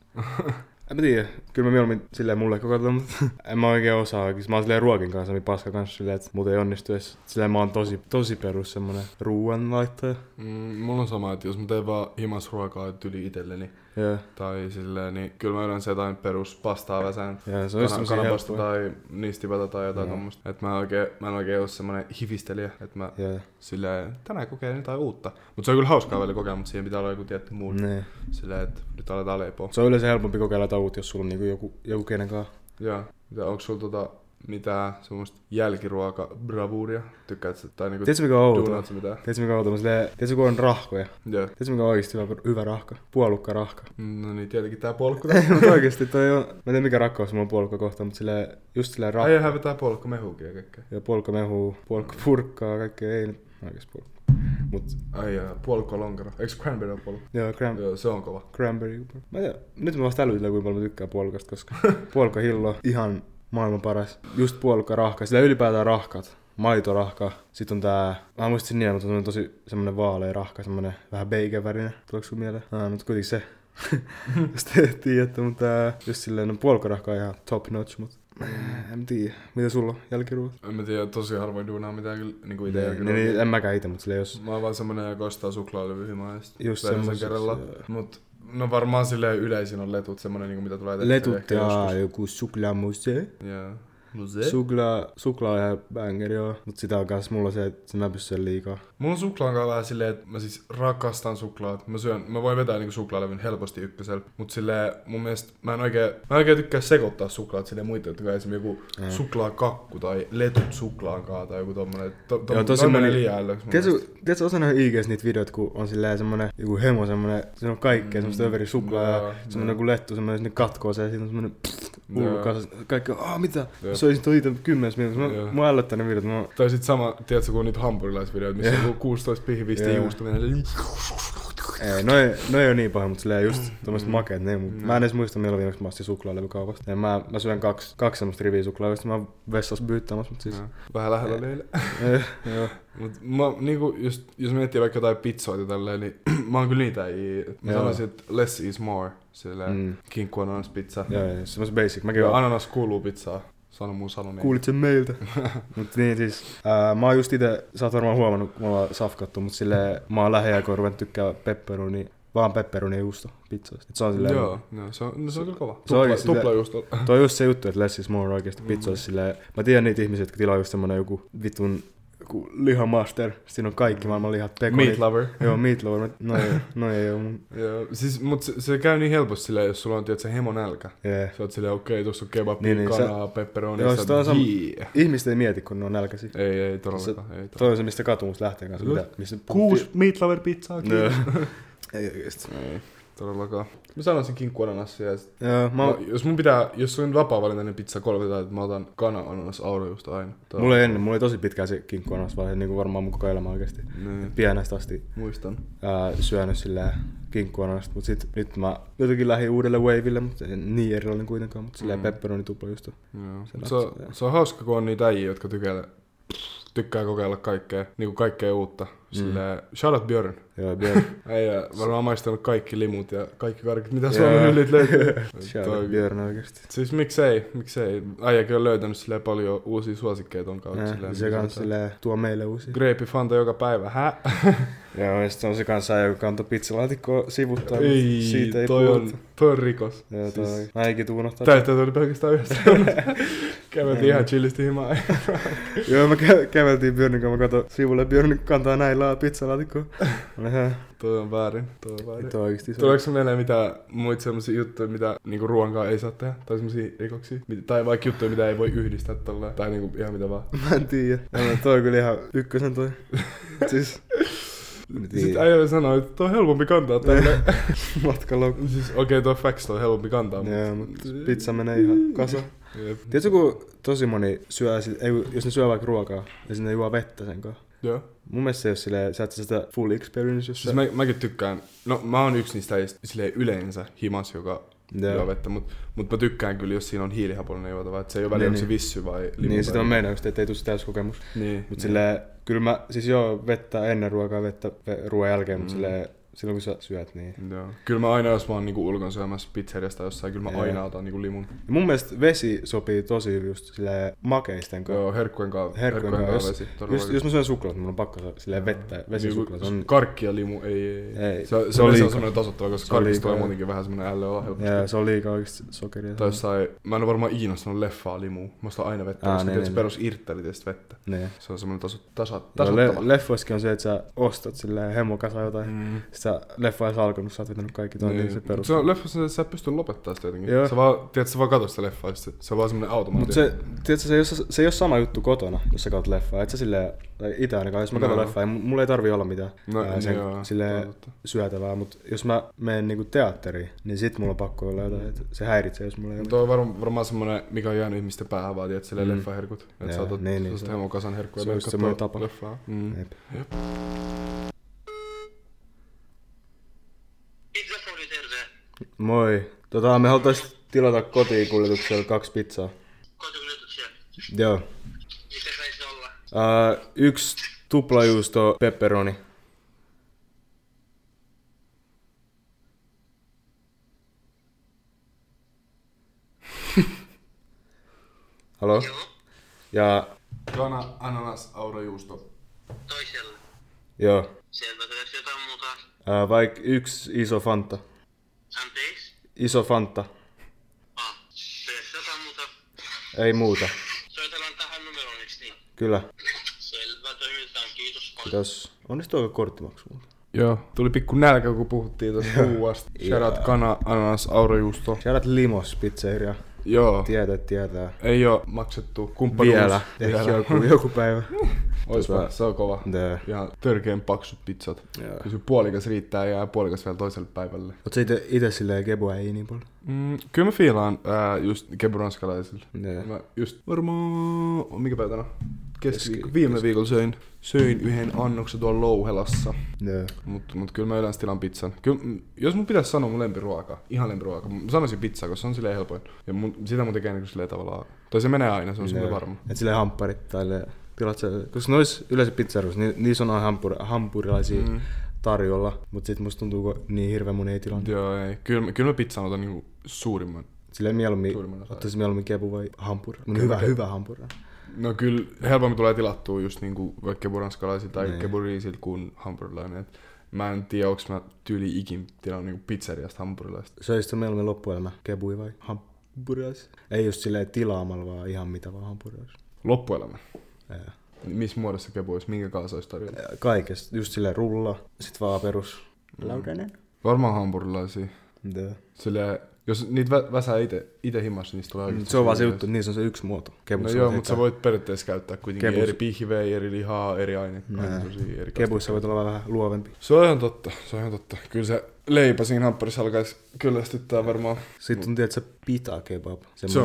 Speaker 3: en mä tiedä, kyllä mä mieluummin silleen mulle kokataan, mut en mä oikein osaa oikeesti. Mä oon silleen ruokin kanssa, niin paska kanssa silleen, että mut ei onnistu edes. Silleen mä oon tosi, tosi perus semmonen ruuanlaittaja.
Speaker 2: Mm, mulla on sama, että jos mä teen vaan himas ruokaa tyli itselleni
Speaker 3: Joo,
Speaker 2: tai silleen, niin kyllä mä yleensä jotain perus pastaa väsään.
Speaker 3: joo, se on just
Speaker 2: Kana,
Speaker 3: semmosia
Speaker 2: kanapasta
Speaker 3: helppoja.
Speaker 2: tai nistipätä tai jotain no.
Speaker 3: Joo.
Speaker 2: tommosta. Et mä, oikein, mä en oikein oo semmonen hivistelijä, että mä
Speaker 3: Joo,
Speaker 2: silleen, tänään kokeilen jotain uutta. Mut se on kyllä hauskaa välillä kokeilla, mutta siihen pitää olla joku tietty muu. Mm.
Speaker 3: niin.
Speaker 2: Silleen, että nyt aletaan leipoa.
Speaker 3: Se on yleensä helpompi kokeilla jotain uutta, jos sulla on niinku joku, joku kenen kanssa.
Speaker 2: Joo. Mitä, onko sulla tota, mitään semmoista jälkiruoka bravuuria? Tykkäät sä, tai niinku
Speaker 3: Tiedätkö mikä on outoa?
Speaker 2: duunaat sä mitään?
Speaker 3: Tiedätkö mikä on outoa? Mä silleen- Tiedätkö kun on rahkoja?
Speaker 2: Joo.
Speaker 3: Tiedätkö mikä on oikeesti hyvä, hyvä rahka? Puolukka rahka.
Speaker 2: No niin, tietenkin tää polkku.
Speaker 3: Ei, mutta oikeesti toi on, mä en tiedä mikä rakkaus mulla on puolukka kohtaan, mutta silleen, just silleen rahka.
Speaker 2: Ai hävetää polkku mehuukin ja kaikkea.
Speaker 3: Ja puolukka mehuu, puolukka purkkaa, kaikkea ei nyt oikeesti puolukka. Mut
Speaker 2: Ai jaa, puolukko lonkero. Eiks cranberry ole polkku?
Speaker 3: joo, cram,
Speaker 2: Joo, se on kova.
Speaker 3: cranberry. Mä en tiedä, nyt mä vasta älytän kuinka paljon mä tykkään puolukasta, koska puolukka hillo on ihan maailman paras. Just puolukka rahka, sillä ylipäätään rahkat. Maitorahka, sit on tää, mä en muista sen nimeä, mutta on tosi semmonen vaalea rahka, semmonen vähän beikevärinen, tuleeko sun mieleen? Ah, mutta kuitenkin se, jos te tiedätte, mutta tää, just silleen, no puolukkarahka on ihan top notch, mutta en tiedä, mitä sulla on jälkiruot?
Speaker 2: En mä tiedä, tosi harvoin duunaa mitään kyllä niinku ite
Speaker 3: Niin, niin,
Speaker 2: jälkiruokaa.
Speaker 3: en mäkään itse, mutta sille jos...
Speaker 2: Mä oon vaan semmonen, joka ostaa suklaalevyhimää ja sit
Speaker 3: Just
Speaker 2: vedän sen
Speaker 3: semmoset,
Speaker 2: kerralla.
Speaker 3: joo.
Speaker 2: Mut no varmaan silleen yleisin on letut, semmonen niinku mitä tulee tehtyä
Speaker 3: Letut
Speaker 2: ehkä
Speaker 3: ja
Speaker 2: joskus.
Speaker 3: joku suklaamuse.
Speaker 2: Joo.
Speaker 1: No se.
Speaker 3: Suklaa, suklaa ja bängeri joo. Mut sitä on kans mulla se, että mä pystyn liikaa.
Speaker 2: Mulla on suklaankaan vähän silleen, että mä siis rakastan suklaat. Mä syön, mä voin vetää niinku suklaalevyn helposti ykkösellä. Mut silleen mun mielestä mä en oikein, mä en oikein tykkää sekoittaa suklaat silleen muita, jotka esimerkiksi joku
Speaker 3: Mm.
Speaker 2: suklaakakku tai letut suklaankaan tai joku tommonen. To, to,
Speaker 3: Joo, tosi
Speaker 2: tosi meni
Speaker 3: moni-
Speaker 2: liian älyksi mun
Speaker 3: Tiedätkö,
Speaker 2: mielestä.
Speaker 3: tiedätkö osa näihin IGs niitä videoita, kun on silleen semmonen joku hemo, semmonen, se on kaikkea,
Speaker 2: Mm,
Speaker 3: mm, semmoista överi suklaa
Speaker 2: joo,
Speaker 3: ja semmonen
Speaker 2: joo.
Speaker 3: joku lettu, semmonen sinne katkoo se ja siinä on semmonen hullu
Speaker 2: Joo.
Speaker 3: kasas. Kaikki on, aah mitä?
Speaker 2: Jep.
Speaker 3: Se olisi toi itse kymmenes minuutti.
Speaker 2: Joo.
Speaker 3: Mä, mä ällöttän ne videot. Mä,
Speaker 2: Tai sit sama, tiedätkö, kun on niitä hampurilaisvideoita, missä on joku 16 pihvistä
Speaker 3: Joo.
Speaker 2: juusta menee.
Speaker 3: ei, noi, noi on niin paha, mutta silleen just
Speaker 2: Mm.
Speaker 3: tommoset makeet, ne, mut mä en edes muista milloin viimeksi mä astin suklaalevykaupasta. Ja mä, mä syön kaksi, kaksi semmoista riviä suklaalevystä, mä oon vessassa byyttämässä, mut siis.
Speaker 2: Joo. Vähän lähellä
Speaker 3: Ei.
Speaker 2: leillä.
Speaker 3: Eh, joo.
Speaker 2: Mut mä, niinku, just, jos miettii vaikka jotain pizzoita tälleen, niin mä oon kyllä niitä ei. Mä
Speaker 3: Joo.
Speaker 2: sanoisin, että less is more. Silleen, mm.
Speaker 3: Mm.
Speaker 2: kinkku ananaspizza.
Speaker 3: Joo, joo, semmoista basic. Mäkin
Speaker 2: Joo.
Speaker 3: oon
Speaker 2: Ananas kuuluu pizzaa. Sano mun sano niin.
Speaker 3: Kuulit sen meiltä. mut niin siis, ää, mä oon just ite, sä oot varmaan huomannut, kun me ollaan safkattu, mut silleen mä oon lähiaikoina ruvennut tykkää pepperoni, vaan pepperoni ja juusto pizzoista. Et se on silleen,
Speaker 2: Joo, joo se, on, no, se on kyllä kova.
Speaker 3: Se on
Speaker 2: Tupla,
Speaker 3: oikeesti
Speaker 2: tupla just on.
Speaker 3: toi on just se juttu, että less is more oikeesti pizzoissa silleen, mä tiedän niitä ihmisiä, jotka tilaa just semmonen joku vitun joku lihamaster, siinä on kaikki maailman lihat, pekonit.
Speaker 2: Meat lover.
Speaker 3: Joo, meat lover. Mä- No ei, no ei oo mun.
Speaker 2: Joo, siis, mut se, se, käy niin helposti silleen, jos sulla on tietysti hemon nälkä.
Speaker 3: Yeah.
Speaker 2: Sä oot silleen, okei, tuossa on kebab,
Speaker 3: Niin,
Speaker 2: niin,
Speaker 3: niin, sä-
Speaker 2: kanaa, pepperoni,
Speaker 3: Joo,
Speaker 2: sä
Speaker 3: sit on
Speaker 2: oot,
Speaker 3: sama-
Speaker 2: jee.
Speaker 3: Ihmiset ei mieti, kun ne on nälkäisiä.
Speaker 2: Ei, ei todellakaan, ei todellakaan.
Speaker 3: Toi on se, mistä katumus lähtee kanssa.
Speaker 2: Joo.
Speaker 3: Mitä? Mistä
Speaker 2: Kuusi meat lover pizzaa,
Speaker 3: Joo.
Speaker 2: kiitos.
Speaker 3: Ei oikeesti.
Speaker 2: Ei, todellakaan. Mä sanoisin kinkku ananassia ja sit
Speaker 3: Joo, mä,
Speaker 2: Mä, jos mun pitää, jos on vapaa valinta, niin pizza kolme tai että mä otan kana ananas aurojuusta aina. Tää-
Speaker 3: Mulla ei ennen, mulla oli tosi pitkään se kinkku annos, vaan se niinku varmaan mun koko elämä oikeesti.
Speaker 2: Niin,
Speaker 3: Pienestä asti
Speaker 2: muistan.
Speaker 3: ää, syönyt silleen kinkku annosta, mut sit nyt mä jotenkin lähdin uudelle waveille, mutta niin erilainen kuitenkaan, mutta silleen
Speaker 2: Mm.
Speaker 3: mm. pepperoni tupla just.
Speaker 2: Joo.
Speaker 3: Se
Speaker 2: Mut Se, on,
Speaker 3: ratsaa.
Speaker 2: se on hauska, kun on niitä äijiä, jotka tykkää, tykkää kokeilla kaikkea, niinku kaikkea
Speaker 3: Mm.
Speaker 2: uutta. Silleen, shout out Björn.
Speaker 3: Joo, Björn.
Speaker 2: Äijä varmaan maistanut kaikki limut ja kaikki karkit, mitä
Speaker 3: Joo.
Speaker 2: Suomen hyllyt löytyy.
Speaker 3: Shout
Speaker 2: Toi-
Speaker 3: out Björn oikeesti.
Speaker 2: Siis miksei, miksei. Äijäkin on löytänyt silleen paljon uusia suosikkeja ton kautta.
Speaker 3: Ää,
Speaker 2: silleen, niin
Speaker 3: Se
Speaker 2: mitä
Speaker 3: kans
Speaker 2: sanotaan.
Speaker 3: silleen tuo meille uusia.
Speaker 2: Grape Fanta joka päivä, hä?
Speaker 3: Joo, ja sit on se kanssa äijä, joka antoi pizzalaatikkoa sivuttaa, mut
Speaker 2: Ei,
Speaker 3: siitä ei
Speaker 2: toi on,
Speaker 3: puhuta.
Speaker 2: toi on rikos.
Speaker 3: Joo, toi siis... Mä eikin tuunottaa.
Speaker 2: Täyttä tuli pelkästään yhdessä. Käveltiin ihan chillisti himaan.
Speaker 3: Joo, me kä- käveltiin Björnin kanssa, mä katsoin sivulle, Björn kantaa näin laa pizzalaatikkoa. Mä ihan
Speaker 2: Toi on väärin. Toi on väärin.
Speaker 3: Tuo oikeesti se-
Speaker 2: Siis Tuleeko sun mieleen mitään muita semmosia juttuja, mitä niinku ruoankaan ei saa tehdä? Tai semmosia rikoksia? Mit- Tai vaikka juttuja, mitä ei voi yhdistää tolleen? Tai niinku ihan mitä vaan.
Speaker 3: Mä en tiedä. No, no, toi on kyllä ihan ykkösen toi. siis
Speaker 2: Sitten äijä sanoi, että toi on helpompi kantaa tälle.
Speaker 3: matkalaukku.
Speaker 2: siis okei, okay, toi facts toi on helpompi kantaa, mutta...
Speaker 3: Joo, mutta pizza menee ihan kasa.
Speaker 2: Jep.
Speaker 3: Tiedätkö, kun tosi moni syö, sit- ei, kun- jos ne syö vaikka ruokaa ja sinne juo vettä sen kanssa.
Speaker 2: Joo.
Speaker 3: Mun mielestä se ei ole silleen, sä et saa sitä full experience, jos
Speaker 2: Siis
Speaker 3: sä...
Speaker 2: mä, mäkin tykkään, no mä oon yksi niistä äijistä silleen yleensä himas, joka
Speaker 3: Joo.
Speaker 2: Joo. vettä, mutta mut mä tykkään kyllä, jos siinä on hiilihapollinen juotava, että se ei ole väliä,
Speaker 3: Niin,
Speaker 2: onko se
Speaker 3: niin.
Speaker 2: vissy vai limu.
Speaker 3: Niin, sitä
Speaker 2: tai-
Speaker 3: mä meinaan just, ettei tule se täyskokemus.
Speaker 2: Niin.
Speaker 3: Mut silleen, kyllä mä, siis joo, vettä ennen ruokaa, vettä ve- ruoan jälkeen, mut
Speaker 2: Mm.
Speaker 3: silleen, silloin kun sä syöt, niin...
Speaker 2: Joo. Kyllä mä aina, jos mä oon niinku ulkon syömässä pizzeriasta jossain, kyllä mä
Speaker 3: Joo.
Speaker 2: aina otan niinku limun.
Speaker 3: Ja mun mielestä vesi sopii tosi hyvin just silleen makeisten kanssa.
Speaker 2: Joo, herkkujen kanssa.
Speaker 3: Herkkujen kanssa, jos-
Speaker 2: vesi.
Speaker 3: Just,
Speaker 2: todellakin.
Speaker 3: jos mä syön suklaat, mun on pakko saada silleen vettä, vesisuklaat.
Speaker 2: Niinku
Speaker 3: On...
Speaker 2: Karkki ja limu, ei, ei, ei.
Speaker 3: Ei,
Speaker 2: Se, se,
Speaker 3: se
Speaker 2: se,
Speaker 3: on
Speaker 2: on
Speaker 3: liikaa.
Speaker 2: semmoinen tasoittava, koska
Speaker 3: Se on
Speaker 2: karkista
Speaker 3: liikaa,
Speaker 2: tulee
Speaker 3: joo.
Speaker 2: muutenkin vähän semmoinen LO helposti.
Speaker 3: Jaa, se on liikaa oikeesti sokeria.
Speaker 2: Tai jossain, mä en ole varmaan Iina sanonut leffaa limu. Mä ostan aina vettä,
Speaker 3: Aa,
Speaker 2: koska
Speaker 3: niin,
Speaker 2: tietysti
Speaker 3: niin.
Speaker 2: perus irttelit ja sit vettä.
Speaker 3: Ne.
Speaker 2: Se on semmoinen taso, tasa,
Speaker 3: Joo,
Speaker 2: tasoittava.
Speaker 3: Niin. le- leffoissakin on se, että sä ostat silleen hemokasa jotain. Mm.
Speaker 2: Mm.
Speaker 3: Sitä leffa ei saa alkanut, sä oot vetänyt kaikki toi, niin se
Speaker 2: Niin.
Speaker 3: perus.
Speaker 2: Se on leffassa, että sä et pysty lopettaa sitä jotenkin.
Speaker 3: Joo.
Speaker 2: Sä vaan, tiedät, sä vaan katot sitä leffaa, sit se, se on vaan semmoinen automaatio.
Speaker 3: Mut se, tiedätkö, se, ei oo, se ei oo sama juttu kotona, jos sä katsot leffaa. Et sä silleen, tai ite ainakaan, jos mä katson
Speaker 2: No.
Speaker 3: no. leffaa, ei mu- mulla ei tarvi olla mitään
Speaker 2: No,
Speaker 3: no, ää, sen
Speaker 2: joo,
Speaker 3: silleen,
Speaker 2: totta.
Speaker 3: syötävää. Mut jos mä menen niinku teatteriin, niin sit mulla on pakko olla jotain. Et se häiritsee, jos mulla ei ole.
Speaker 2: Tuo on varm, varmaan semmoinen, mikä on jäänyt ihmisten päähän vaan, että silleen mm.
Speaker 3: Mm.
Speaker 2: leffaherkut. Että
Speaker 3: Joo,
Speaker 2: sä otat
Speaker 3: niin, niin,
Speaker 2: niin,
Speaker 3: se-
Speaker 2: hemokasan herkkuja
Speaker 3: se on
Speaker 2: ja
Speaker 3: just
Speaker 2: katsoo
Speaker 3: semmoinen tapa.
Speaker 2: Leffaa. Mm.
Speaker 3: Jep.
Speaker 4: Pizza Fori, terve.
Speaker 3: Moi. Tota, me halutais tilata kotiin kuljetuksella kaksi pizzaa.
Speaker 4: Kotikuljetuksia.
Speaker 3: Joo.
Speaker 4: Mitä saisi olla?
Speaker 3: Ää, yksi tuplajuusto pepperoni. Halo?
Speaker 4: Joo,
Speaker 3: Ja
Speaker 2: Kana, ananas, aurajuusto.
Speaker 4: toisella.
Speaker 3: joo.
Speaker 4: Selvä, tuleeko jotain muuta?
Speaker 3: Ää, vaikka yksi iso fanta.
Speaker 4: Anteeksi?
Speaker 3: Iso fanta.
Speaker 4: Ah, tuleeko jotain muuta?
Speaker 3: Ei muuta. Kyllä.
Speaker 4: niin? Selvä, toimitaan. Kiitos paljon.
Speaker 3: Kiitos. Onnistuuko korttimaksu muuten?
Speaker 2: Joo. Tuli pikku nälkä, kun puhuttiin tuosta ruuasta. Shoutout kana, ananas, aurajuusto.
Speaker 3: Shoutout Limos pizzeria.
Speaker 2: Joo.
Speaker 3: Tietää, tietää.
Speaker 2: Ei oo maksettu kumppanuus.
Speaker 3: Vielä. Ehkä joku, joku päivä.
Speaker 2: Oispa,
Speaker 3: Tota,
Speaker 2: se on kova.
Speaker 3: Nää.
Speaker 2: Ihan törkeen paksut pizzat.
Speaker 3: Joo.
Speaker 2: Kyllä se puolikas riittää ja jää puolikas vielä toiselle päivälle.
Speaker 3: Oot sä ite, ite silleen kebua ei niin paljon?
Speaker 2: Mm, kyllä mä fiilaan ää, just keburanskalaisille.
Speaker 3: Joo.
Speaker 2: Mä just varmaan, mikä päivä tänään? Keskiviikko.
Speaker 3: Keski-
Speaker 2: Viime viikolla söin, söin yhden annoksen tuolla Louhelassa.
Speaker 3: Joo.
Speaker 2: Mutta mut kyllä mä yleensä tilan pizzan. Kyllä, mm, jos mun pitäisi sanoa mun lempiruoka, ihan lempiruoka, mä sanoisin pizza, koska se on silleen helpoin. Ja mun, sitä mun tekee niinku silleen tavallaan. Tai se menee aina, se on semmoinen
Speaker 3: Joo.
Speaker 2: varma.
Speaker 3: Et silleen hampparit tai le- tilat sä, koska nois yleensä pizzaruissa, ni, niissä on aina hampur, hampurilaisia
Speaker 2: Mm.
Speaker 3: mm. tarjolla, mut sit musta tuntuu, kun niin hirveä mun ei tilannut.
Speaker 2: Joo, ei. Kyllä, mä- kyllä mä pizzan otan niinku suurimman.
Speaker 3: Silleen mieluummin,
Speaker 2: Suurimman osan.
Speaker 3: ottaisin mieluummin kebu vai hampuri. Hyvä, hyvä hampuri.
Speaker 2: No kyllä helpommin tulee tilattua just niinku vaikka keburanskalaisilla tai
Speaker 3: Niin.
Speaker 2: keburiisilta kuin hampurilainen. Et Mä en tiedä, onko mä tyyli ikin tilannut niinku pizzeriasta hampurilaista.
Speaker 3: Söisikö mieluummin loppuelämä kebui vai hampurilaisia? Ei just silleen tilaamalla, vaan ihan mitä vaan hampurilaisia.
Speaker 2: Loppuelämä.
Speaker 3: Ää,
Speaker 2: Niin Missä muodossa kebu olisi, minkä kanssa olisi tarjolla?
Speaker 3: Kaikesta, just silleen rulla, sit vaan perus.
Speaker 2: Mm.
Speaker 3: Laudanen.
Speaker 2: Varmaan hampurilaisia.
Speaker 3: Joo.
Speaker 2: Silleen, jos niitä vä- väsää ite, ite himas, niistä tulee oikeesti
Speaker 3: Mm, Se on vaan se
Speaker 2: hyviä.
Speaker 3: juttu, niissä on se yksi muoto.
Speaker 2: No
Speaker 3: Kebussa
Speaker 2: joo,
Speaker 3: on
Speaker 2: mutta sä
Speaker 3: sitä-
Speaker 2: voit periaatteessa käyttää kuitenkin
Speaker 3: Kebus.
Speaker 2: eri pihvejä, eri lihaa, eri aine. ainesosia, eri
Speaker 3: Kebuissa voit olla vähän luovempi.
Speaker 2: Se on ihan totta, se on ihan totta. Kyllä se leipä siinä hampparissa alkaisi kyllästyttää varmaan
Speaker 3: Sitten on tietysti pita kebab.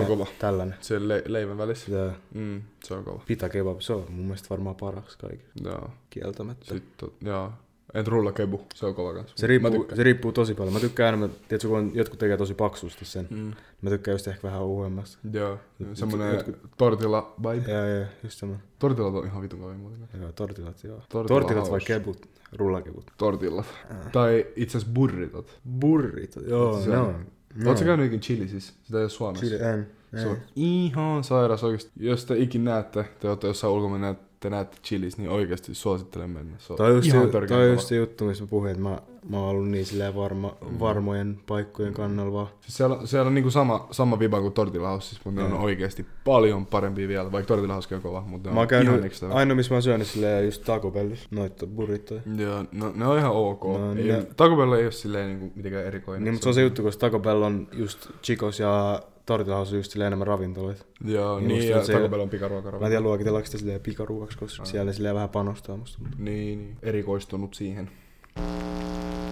Speaker 2: kova.
Speaker 3: Tällainen.
Speaker 2: sen le- leivän välissä.
Speaker 3: Joo.
Speaker 2: Mm, se on kova.
Speaker 3: Pita kebab, se on mun mielestä varmaan paras kaikki.
Speaker 2: Joo.
Speaker 3: Kieltämättä.
Speaker 2: Sitten, joo. Et rulla kebu, se on kova kans.
Speaker 3: Se
Speaker 2: Mä
Speaker 3: riippuu,
Speaker 2: tykkään.
Speaker 3: se riippuu tosi paljon. Mä tykkään enemmän, tiedätkö, kun on- jotkut tekee tosi paksusti sen. Mm. Mä tykkään just ehkä vähän uudemmasta.
Speaker 2: Joo,
Speaker 3: Jot-
Speaker 2: semmonen
Speaker 3: jotkut-
Speaker 2: tortilla vibe.
Speaker 3: Joo, joo, just tämä.
Speaker 2: Tortilla on ihan vitun kovin muuten.
Speaker 3: Joo, tortilat, joo.
Speaker 2: Tortilla
Speaker 3: Tortilat, tortilat vai
Speaker 2: house.
Speaker 3: kebut? Rullakebut.
Speaker 2: Tortillat.
Speaker 3: Äh.
Speaker 2: Tai itse asiassa burritot.
Speaker 3: Burrit, joo,
Speaker 2: Se
Speaker 3: no.
Speaker 2: on- Oletko sä käynyt ikin Chilisissä? Sitä ei ole Suomessa.
Speaker 3: Chili, Siis en.
Speaker 2: Se on ihan sairas oikeesti. Jos te ikin näette, te olette jossain ulkomailla, niin näette- te näette chilis, niin oikeesti suosittelen mennä. Se on
Speaker 3: Toi on just,
Speaker 2: ihan
Speaker 3: se-
Speaker 2: törkeän
Speaker 3: toi on
Speaker 2: kova.
Speaker 3: just se juttu, missä mä puhuin, että mä, mä oon ollut niin silleen varma, varmojen paikkojen kannalla vaan.
Speaker 2: Siis siellä, siellä on niinku sama, sama viba kuin Tortilla Housessa, mutta ne on oikeesti paljon parempi vielä, vaikka Tortilla Housekin on kova, mutta ne
Speaker 3: Mä oon
Speaker 2: on ihan
Speaker 3: käynyt,
Speaker 2: ekstävä.
Speaker 3: ainoa missä mä oon syönyt silleen just Taco Bellis, noita burritoja.
Speaker 2: Joo, no, ne on ihan ok.
Speaker 3: No,
Speaker 2: ei,
Speaker 3: ne-
Speaker 2: Taco Bell ei ole silleen niinku mitenkään erikoinen.
Speaker 3: Niin, mutta se on se juttu, koska Taco Bell on just Chicos ja Tortilla House on just silleen enemmän ravintoloita.
Speaker 2: Joo,
Speaker 3: Niin,
Speaker 2: niin,
Speaker 3: musta
Speaker 2: ja
Speaker 3: se-
Speaker 2: Taco Bell on
Speaker 3: Mä
Speaker 2: pikaruokaravinto.
Speaker 3: en tiedä luokitellaanko sitä silleen pikaruuaksi, koska siellä silleen vähän panostaa musta.
Speaker 2: Niin, niin, erikoistunut siihen.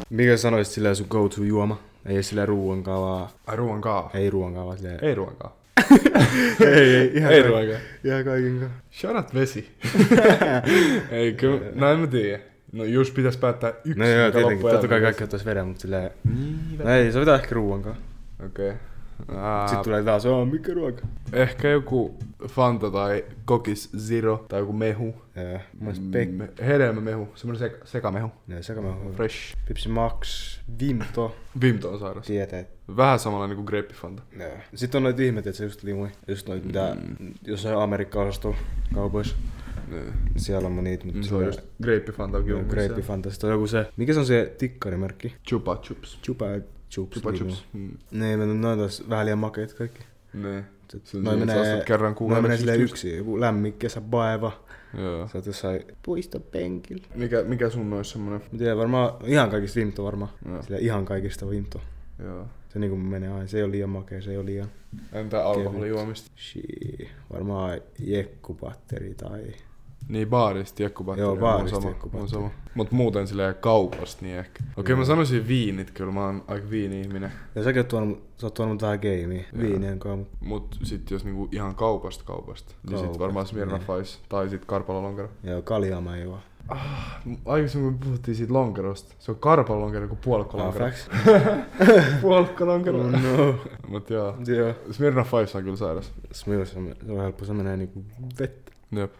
Speaker 3: Mikä sä sanoisit silleen sun go-to juoma? Ei silleen ruuankaan vaan,
Speaker 2: Ai ruoankaa.
Speaker 3: ei ruuankaan vaan silleen.
Speaker 2: Ei ruoankaa.
Speaker 3: ei, ei, ihan,
Speaker 2: Ei
Speaker 3: kaik-
Speaker 2: ruoankaa.
Speaker 3: ihan kaikinkaan.
Speaker 2: Shut up, vesi. Ei, kyllä, no en mä tiedä. No jos pitäis päättää yksi,
Speaker 3: No joo,
Speaker 2: mikä
Speaker 3: tietenkin,
Speaker 2: loppuelämä
Speaker 3: totta kai
Speaker 2: olisi.
Speaker 3: kaikki ottais veden, mutta silleen.
Speaker 2: Niin,
Speaker 3: No ei, sovitaan ehkä ruuankaan.
Speaker 2: Okei. Ää,
Speaker 3: Sitten tulee taas, oo, mikä ruoka?
Speaker 2: Ehkä joku Fanta tai Kokis Zero tai joku mehu.
Speaker 3: Joo, mun mielestä pek...
Speaker 2: Mm, Me- Hedelmämehu, semmonen sek- sekamehu.
Speaker 3: No, sekä mä huomioon.
Speaker 2: Fresh.
Speaker 3: Pepsi Max, Vimto,
Speaker 2: Vimto on sairas.
Speaker 3: tietää, että
Speaker 2: Vähän samanlainen kuin Grape Fanta.
Speaker 3: Joo. Sitten on noita ihmeitä, että se just limui. Just noita, mitä
Speaker 2: Mm.
Speaker 3: jossain Amerikka-osastolla kaupoissa. Siellä on niitä, mutta
Speaker 2: Mm, Se on just Grape Fanta on kyllä.
Speaker 3: Grape Fantasy. on joku se, mikä se on se tikkarimerkki?
Speaker 2: Chupa Chups.
Speaker 3: Chupa Chups.
Speaker 2: Chupa
Speaker 3: limu.
Speaker 2: Chups. Mm.
Speaker 3: Niin, mutta ne on taas vähän liian makeet kaikki.
Speaker 2: Ne.
Speaker 3: Sit
Speaker 2: Se- se- sä ostat kerran
Speaker 3: Noin
Speaker 2: kuukaudessa
Speaker 3: menee
Speaker 2: just
Speaker 3: silleen
Speaker 2: yksi.
Speaker 3: yksi, joku lämmin kesäbaeva.
Speaker 2: Joo.
Speaker 3: Sä oot jossain puistopenkillä.
Speaker 2: Mikä, mikä sun olisi semmonen?
Speaker 3: Mä tiedän varmaan, ihan kaikista vimto varmaan.
Speaker 2: Joo.
Speaker 3: Silleen ihan kaikista vimto.
Speaker 2: Joo.
Speaker 3: Se niinku menee aina, se ei ole liian makea, se ei ole liian...
Speaker 2: Entä alkoholijuomista?
Speaker 3: Shii. Varmaan jekkupatteri tai
Speaker 2: Niin baarista jekkupatteri.
Speaker 3: Joo,
Speaker 2: Mulla on
Speaker 3: baarista
Speaker 2: sama,
Speaker 3: jekkupatteri.
Speaker 2: mulla on sama. Mut muuten silleen kaupasta niin ehkä. Okei okay, mä sanoisin viinit kyllä, mä oon aika viini-ihminen.
Speaker 3: Ja säkin oot tuonut, sä oot tuonut tähän gameen viinien kanssa, mutta
Speaker 2: Mut sit jos niinku ihan kaupasta kaupasta, niin sit
Speaker 3: Kaupasta, niin.
Speaker 2: varmaan Smirnoff Ice tai sit Karpalo Lonkero.
Speaker 3: joo, kaljaa mä juo.
Speaker 2: Aikaisemmin kun puhuttiin siitä lonkerosta, se on Karpalo Lonkero kuin puolikko Lonkero.
Speaker 3: Ah, Facts.
Speaker 2: puolikko Lonkero.
Speaker 3: Oh no.
Speaker 2: Mut joo,
Speaker 3: Joo.
Speaker 2: Smirnoff Ice on kyllä sairas.
Speaker 3: Smills on, se on helppo, se menee niinku vettä.
Speaker 2: Jep.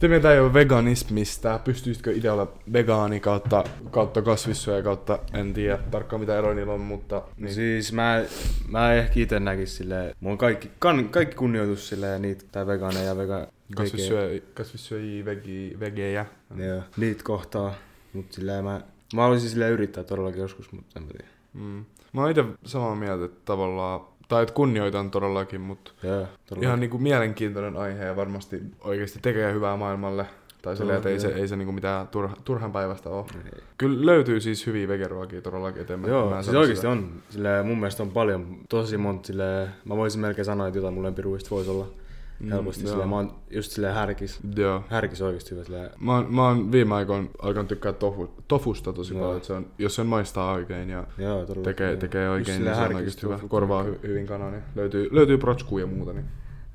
Speaker 2: Te mitä ei ole veganismista, pystyisitkö itse olla vegaani kautta, kautta kasvissyöjä kautta, en tiedä tarkkaan mitä eroja niillä on, mutta
Speaker 3: Niin.
Speaker 2: niin.
Speaker 3: Siis mä, mä ehkä ite näkis silleen, mulla on kaikki, kan, kaikki kunnioitus silleen niitä, tai vegaaneja ja vega, vegejä.
Speaker 2: Kasvissyöjiä, kasvissyöjiä vegi, vegejä.
Speaker 3: Joo, niitä kohtaa, mut silleen mä, mä haluaisin silleen yrittää todellakin joskus, mutta en mä tiedä.
Speaker 2: Mm. Mä oon itse samaa mieltä, että tavallaan, tai että kunnioitan todellakin, mutta
Speaker 3: Joo, todella.
Speaker 2: ihan niinku mielenkiintoinen aihe ja varmasti oikeasti tekee hyvää maailmalle. Tai sillä, että ei se, ei se niinku mitään turha, turhan päivästä ole.
Speaker 3: Ei.
Speaker 2: Kyllä löytyy siis hyviä vegeruokia todellakin eteenpäin.
Speaker 3: Joo, siis oikeasti on. Sillä mun mielestä on paljon, tosi monta sillä, mä voisin melkein sanoa, että jotain mun lempiruista voisi olla helposti.
Speaker 2: Mm, joo.
Speaker 3: sillä, mä oon just sillä härkis.
Speaker 2: Joo.
Speaker 3: Härkis on oikeasti hyvä. Sillä,
Speaker 2: Mä oon, mä oon viime aikoina alkanut tykkää tofu, tofusta tosi
Speaker 3: Joo.
Speaker 2: paljon, että se on, jos sen maistaa oikein ja
Speaker 3: joo, todella.
Speaker 2: tekee,
Speaker 3: joo.
Speaker 2: tekee
Speaker 3: Just
Speaker 2: oikein,
Speaker 3: sillä
Speaker 2: niin se on
Speaker 3: härkis
Speaker 2: oikeasti hyvä.
Speaker 3: tofu.
Speaker 2: Korvaa hy, hyvin kanan ja löytyy, löytyy protskuu ja muuta, niin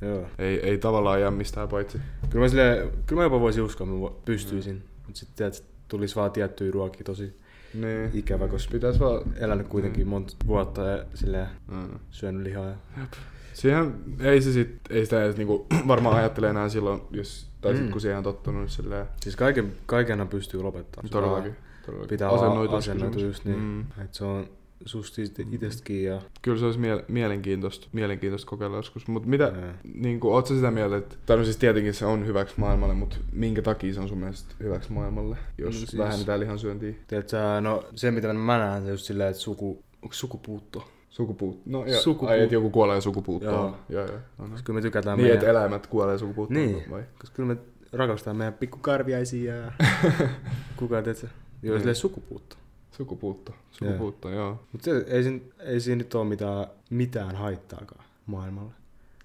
Speaker 3: Joo.
Speaker 2: ei, ei tavallaan jää mistään paitsi.
Speaker 3: Kyllä mä, sille, kyllä mä jopa voisin uskoa, että mä vo- pystyisin. Mm. Mutta sitten tiedät, tulisi vaan tiettyjä ruokia tosi
Speaker 2: Niin.
Speaker 3: ikävä, koska
Speaker 2: Pitäis vaan...
Speaker 3: elänyt kuitenkin monta vuotta ja sille,
Speaker 2: Mm.
Speaker 3: syönyt lihaa. Ja...
Speaker 2: Siihen ei, se sit, ei sitä edes niinku, varmaan ajattele enää silloin, jos, tai sit,
Speaker 3: Mm.
Speaker 2: kun siihen on tottunut niin silleen.
Speaker 3: Siis kaiken, kaikenhan pystyy lopettamaan. Se
Speaker 2: Todellakin.
Speaker 3: vaan
Speaker 2: todellakin.
Speaker 3: Pitää asennoitua,
Speaker 2: Asennoitumiskysymys.
Speaker 3: asennoitua just niin.
Speaker 2: Mm.
Speaker 3: Mm. Et se on susta itse- itsestäkin ja
Speaker 2: Kyllä se olisi mie- mielenkiintoista, mielenkiintoista kokeilla joskus. Mutta mitä,
Speaker 3: Joo.
Speaker 2: niin kuin, ootko sitä mieltä, että, tai no siis tietenkin se on hyväksi maailmalle, mutta minkä takia se on sun mielestä hyväksi maailmalle, jos
Speaker 3: No
Speaker 2: siis...
Speaker 3: siis-
Speaker 2: vähennetään lihansyöntiä?
Speaker 3: Tiedätkö, sä, no se mitä mä näen, se just silleen, että suku, onko sukupuutto?
Speaker 2: Sukupuut. No joo.
Speaker 3: Sukupuut-
Speaker 2: Ai, että joku kuolee sukupuuttoon. Joo.
Speaker 3: Joo.
Speaker 2: Joo, joo. No, no.
Speaker 3: Koska kyllä me tykätään
Speaker 2: Niin, että
Speaker 3: meidän...
Speaker 2: eläimet kuolee sukupuuttoon no,
Speaker 3: Niin.
Speaker 2: vai?
Speaker 3: Koska kyllä me rakastetaan meidän pikkukarviaisia ja... Kuka, tiedätkö? Joo,
Speaker 2: Niin.
Speaker 3: silleen sukupuutto.
Speaker 2: Sukupuutto. Sukupuutto, joo. joo.
Speaker 3: Mutta ei, siinä, ei siinä nyt ole mitään, mitään haittaakaan maailmalle.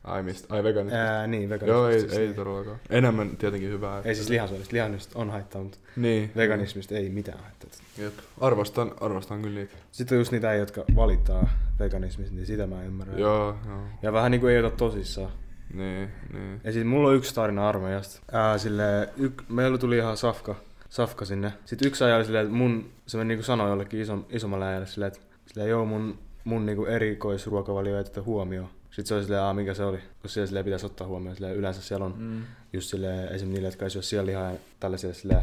Speaker 2: Ai mistä? Ai veganismista.
Speaker 3: Ää, niin, veganismista.
Speaker 2: joo, ei,
Speaker 3: siis,
Speaker 2: ei
Speaker 3: niin.
Speaker 2: todellakaan. Enemmän tietenkin hyvää.
Speaker 3: Ei siis lihansyönnistä, lihansyönnistä on haittaa, mutta
Speaker 2: Niin.
Speaker 3: veganismista ei mitään haittaa.
Speaker 2: Jep. Arvostan, arvostan kyllä niitä.
Speaker 3: Sitten on just niitä, äijä, jotka valittaa veganismista, niin sitä mä ymmärrän.
Speaker 2: Joo, joo.
Speaker 3: Ja vähän niinku ei ota tosissaan.
Speaker 2: Niin, niin.
Speaker 3: Ja siis mulla on yksi tarina armeijasta. Ää, sille, yk, meillä tuli ihan safka, safka sinne. Sitten yksi ajalla silleen, että mun, se meni niinku sanoi jollekin isom, isommalle ajalle silleen, että silleen, joo mun, mun niinku erikoisruokavalio ei tätä huomioon. Sitten se oli silleen, aa mikä se oli, koska siellä silleen pitäisi ottaa huomioon. Silleen, yleensä siellä on
Speaker 2: Mm.
Speaker 3: just silleen, esimerkiksi niille, jotka ei syö sianlihaa ja tällaisia silleen,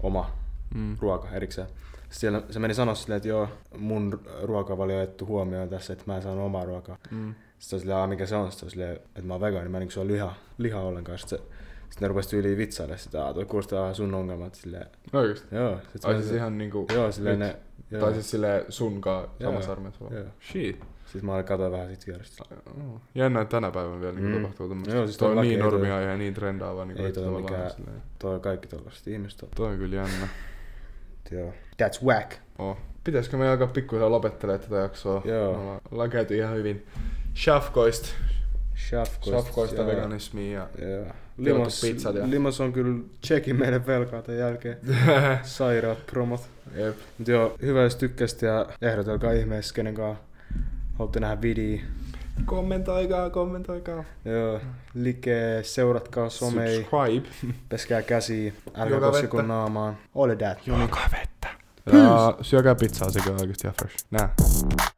Speaker 3: oma
Speaker 2: Mm.
Speaker 3: ruoka erikseen. Siellä se meni sanoa silleen, että joo, mun ruokavalio ei otettu huomioon tässä, että mä en saanut omaa ruokaa.
Speaker 2: Mm.
Speaker 3: Sitten on silleen, "Aa, mikä se on, sitten on silleen, että mä oon vegaani, mä en niinku syö liha, liha ollenkaan. Sitten, se, sitten ne rupesi yli vitsailemaan sitä, että toi kuulostaa ihan sun ongelmat. Silleen,
Speaker 2: Oikeesti.
Speaker 3: joo. Sit
Speaker 2: Ai
Speaker 3: mä-
Speaker 2: siis ihan niinku...
Speaker 3: Joo, silleen ne, joo.
Speaker 2: Tai siis silleen sunkaan
Speaker 3: Joo.
Speaker 2: samassa armeijassa oleva.
Speaker 3: Joo.
Speaker 2: Shit.
Speaker 3: Sitten mä katsoin vähän sit vierestä.
Speaker 2: Joo. Jännä, että tänä päivänä vielä niin
Speaker 3: Mm.
Speaker 2: tapahtuu tämmöistä.
Speaker 3: Joo, siis
Speaker 2: toi on
Speaker 3: todellakin
Speaker 2: niin
Speaker 3: ei toi-
Speaker 2: normia ja niin trendaava. Niin
Speaker 3: ei
Speaker 2: että
Speaker 3: toi ole
Speaker 2: tavallaan
Speaker 3: mikään-
Speaker 2: silleen-
Speaker 3: Toi on kaikki tollaset ihmiset. on-
Speaker 2: Toi on kyllä jännä.
Speaker 3: Joo. That's whack.
Speaker 2: Oh. Pitäisikö me alkaa pikkuhiljaa lopettelemaan tätä jaksoa?
Speaker 3: Joo.
Speaker 2: Me ollaan, ollaan käyty ihan hyvin shafkoista,
Speaker 3: Shafkoista.
Speaker 2: shafkoista veganismia ja...
Speaker 3: Joo. Limos,
Speaker 2: pizzat ja-
Speaker 3: Limos on kyllä checkin meidän velkaa tämän jälkeen. Sairaat promot.
Speaker 2: Jep.
Speaker 3: Mut joo, hyvä jos tykkäsit ja ehdotelkaa ihmeessä kenen kanssa haluatte nähdä video.
Speaker 2: Kommentoikaa, kommentoikaa.
Speaker 3: Joo, like, seuratkaa somei,
Speaker 2: Subscribe.
Speaker 3: peskää käsiä, älkää
Speaker 2: Juokaa
Speaker 3: koskeko
Speaker 2: vettä.
Speaker 3: naamaan. Ole that.
Speaker 2: Juokaa vettä. Ja syökää pizzaa sekä oikeesti ihan fresh. Nää.